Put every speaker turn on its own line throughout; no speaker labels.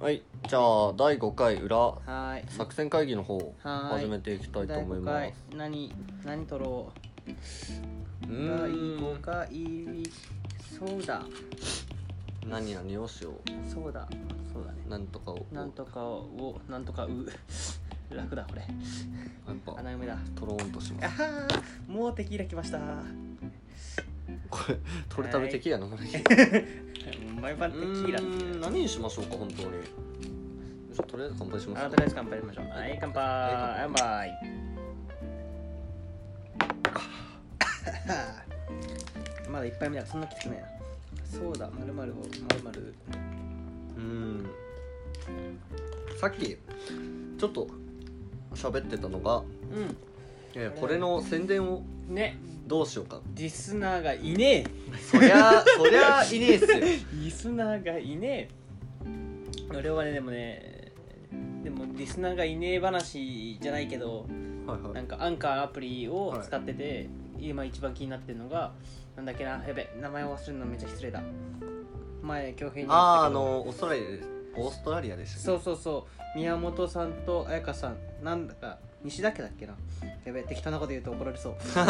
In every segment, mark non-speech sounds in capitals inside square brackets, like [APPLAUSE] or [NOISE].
はい、じゃあ第5回裏
はーい
作戦会議の方
はーい
始めていきたいと思いま
第
す。
五回何何取ろ
う
う第5
ーん
回そうだ
何何をしよ
そうだそうだね
うなんとかを
なんとかをなんとかう [LAUGHS] 楽だこれ
やっぱ
穴埋めだ
トローンとし
あ
ます。
はーもうテキーラ来ました
これ取れため的やな。これ
毎晩テキーラ
う
って
ーん
いう
何にしましょうか本当に。じゃあとりあえず乾杯しま
あ
す
の
か
とりあえず乾杯しましょうはい乾杯
はい
乾杯 [LAUGHS] まだ一杯目だからそんなきつくないなそうだまるまるをまる
うーん。さっきちょっと喋ってたのが、
まる
えーこれの宣伝を
うんね
どうしよう
[LAUGHS]
か。
リスナーがいね
そりゃそりゃいねえっすよ。
えリスナーがいねえ俺はねでもねでもリスナーがいねえ話じゃないけど
はいはい
なんかアンカーアプリを使ってて、今一番気になってるのがなんだっけなやべ名前を忘れるのめっちゃ失礼だ前恭平に言ったけど
あーあのオーストラリアでオーストラリアでしたね
そうそうそう宮本さんと彩香さんなんだか西田家だっけなやべ適当なこと言うと怒
[LAUGHS]
られそうフォ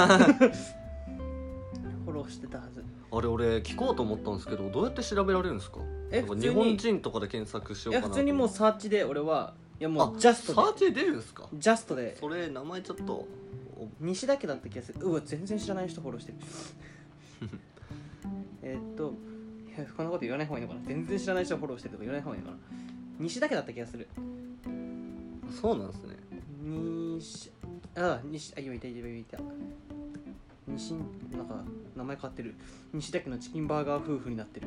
ローしてたはず
あれ俺聞こうと思ったんですけどどうやって調べられるんですか
え
なんか
普
日
通に
本人とかで検索しよ
いう
かな
や
と
普
思
通にもうサーチで俺はいやも
あ
うジャス
サ
ト
ー
で
チで出るんですか
ジャストで
それ名前ちょっとお
西だけだった気がするうわ全然知らない人フォローしてる [LAUGHS] えーっといやこんなこと言わない方がいいのかな全然知らない人フォローしてるとか言わない方がいいのかな西だけだった気がする
そうなんですね
西あ西あ今いたいたいたいた西なんか名前変わってる西だけのチキンバーガー夫婦にな
[LAUGHS]
ってる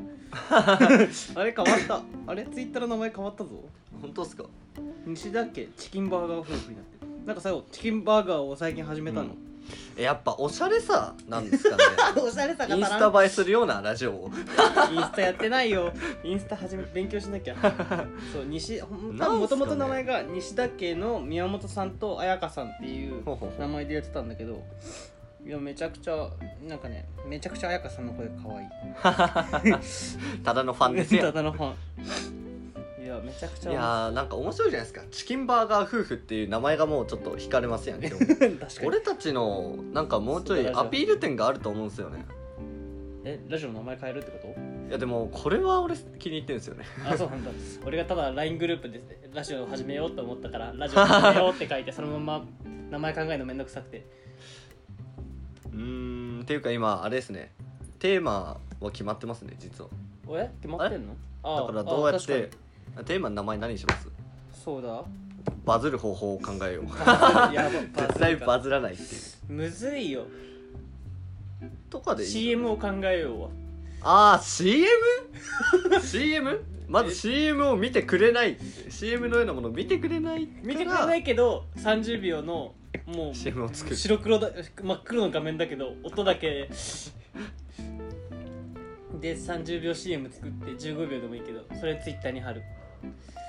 あれ変わったあれツイッターの名前変わったぞ
本当ですか
西だけチキンバーガー夫婦になってるなんか最後チキンバーガーを最近始めたの、
えやっぱおしゃれさなんです
[LAUGHS]
かね
おしゃれさが
イン
足らん
スタ映えするようなラジオを
インスタやってないよインスタ始め勉強しなきゃそう西ほん
なんすかね
もともと名前が西田家の宮本さんと彩香さんっていう
ほうほうほう
名前でやってたんだけどいやめちゃくちゃなんかねめちゃくちゃ彩香さんの声可愛い
ただのファンです
[LAUGHS] た
よ
だのファンいやめちゃくち
い
ゃ
やーなんか面白いじゃないですかチキンバーガー夫婦っていう名前がもうちょっと惹かれますやん今日
[LAUGHS] 確かに
俺たちのなんかもうちょいアピール点があると思うんですよね
えラジオの名前変えるってこと
いやでもこれは俺気に入ってるんですよね
あそうなんだ俺がただ LINE グループでラジオを始めようと思ったからラジオ始めようって書いてそのまま名前考えるのめんどくさくて
うーんっていうか今あれですねテーマは決まってますね実は
おえ決まってんのあ
だからどうやっ
あ確
て
か
テーマの名前何にします
にそうだ
バズる方法を考えよう
[LAUGHS] やば
絶対バ
ズ
ズらないっていう
むずいよ
とかでいい
CM を考えようわ
ああ CM?CM? [LAUGHS] まず CM を見てくれない CM のようなものを見てくれないから
見てくれないけど30秒のも
CM を作
う
る
白黒だ真っ黒の画面だけど音だけで30秒 CM 作って15秒でもいいけどそれツイッターに貼る
あ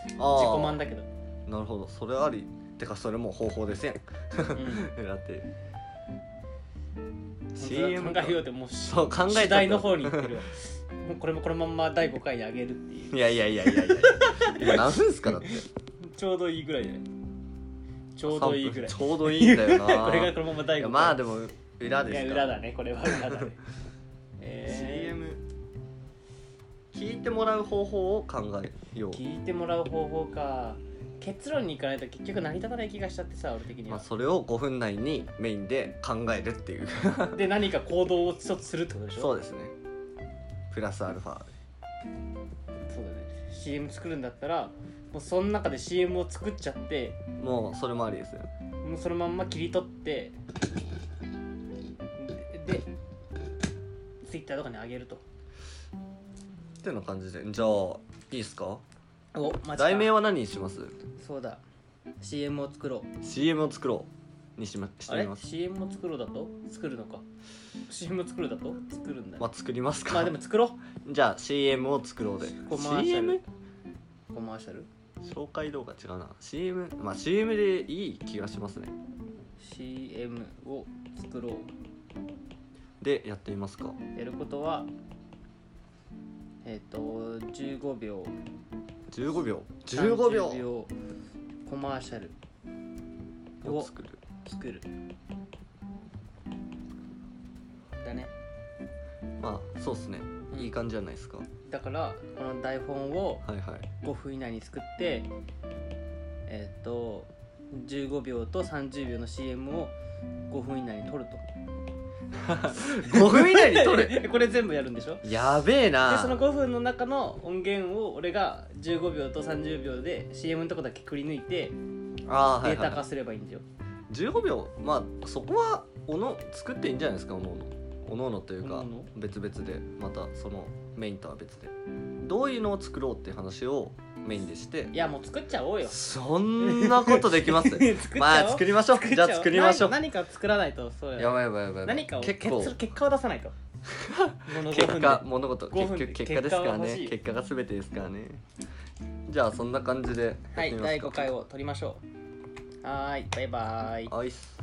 自
ー
己満だけど、
なるほどそれありてかそれもう方法ですやん [LAUGHS]
うん、
だって
本
CM か
当だ考えようってもうし
そう考えちゃった
主題の方に行
[LAUGHS]
ってるわもうこれもこのまんま第5回であげるっていう
いやいやいやいやいや今何分ですかだって
ちょうどいいぐらいじゃないちょうどいいぐらい
3分ちょうどいいんだよな
[LAUGHS] これがこのまま
い
第5
や
回
まあでも裏
い
です
や
から
裏だねこれは裏だ
[LAUGHS]
ねえ
CM 聞いてもらう方法を考えよ
ー、聞いてもらう方法か結論に行かないと結局成り立たない気がしちゃってさ俺的
う、
に
まあ、
は、
それを5分内にメインで考えるっていう
で何か行動を一つするってことでしょ
そううですねプラスアルファ
そうだね CM 作るんだったらもうその中で CM を作っちゃって
もうそれもありですよ
もうそのまんま切り取ってでで Twitter とかに上げると
っていうの感じでじゃあいいっすか
おマジか
題名は何にします
そうだ CM を作ろう
CM を作ろうにしまし
あ
て
れ
みます
CM を作ろうだと作るのか CM を作るだと作るんだよ
まあ作りますか、
まあでも作ろ
じゃあ CM を作ろうで
コマーシャ
CM
ルうコマーシャル
紹介動画違うな CM まあ CM でいい気がしますね
CM を作ろう
でやってみますか
やることはえっ、と15秒
15秒15秒
30秒コマーシャル
を作る
作るだね
まあそうっすねいい感じじゃないですか、
だからこの台本を
はいはい
5分以内に作ってえっ、と15秒と30秒の CM を5分以内に撮
[LAUGHS]
ると
5分以内に撮る
[LAUGHS] これ全部やるんでしょ
[LAUGHS] やべえ
で
な
その5分の中の音源を俺が15秒と30秒で CM のとこだけくり抜いて
あー、はい
デ
は
ータ
いは
化すればいいんだよ、
い、15秒まあそこはおの作っていいんじゃないですかおのおのおのおのという
お
か
のおの
別々でまたそのメインとは別でどういうのを作ろうって話をメインでして
い、やもう作っちゃおうよ
そんなことできます
[LAUGHS] 作っちゃおう、
まあ作りましょうじゃあ作りましょう
な何か作らないとそうよ
やばいやばいやばい
何かを
結
結
構
結果を出さな
[LAUGHS]
いとこの5
結
分
果
で
物事
5
結
分
局
で
結果ですから
結果が欲し
ね
い
結果が全てですからねじゃあそんな感じでやっ
は
て
い
みますか
第5回を撮りましょうはーいバイバーイ
アイス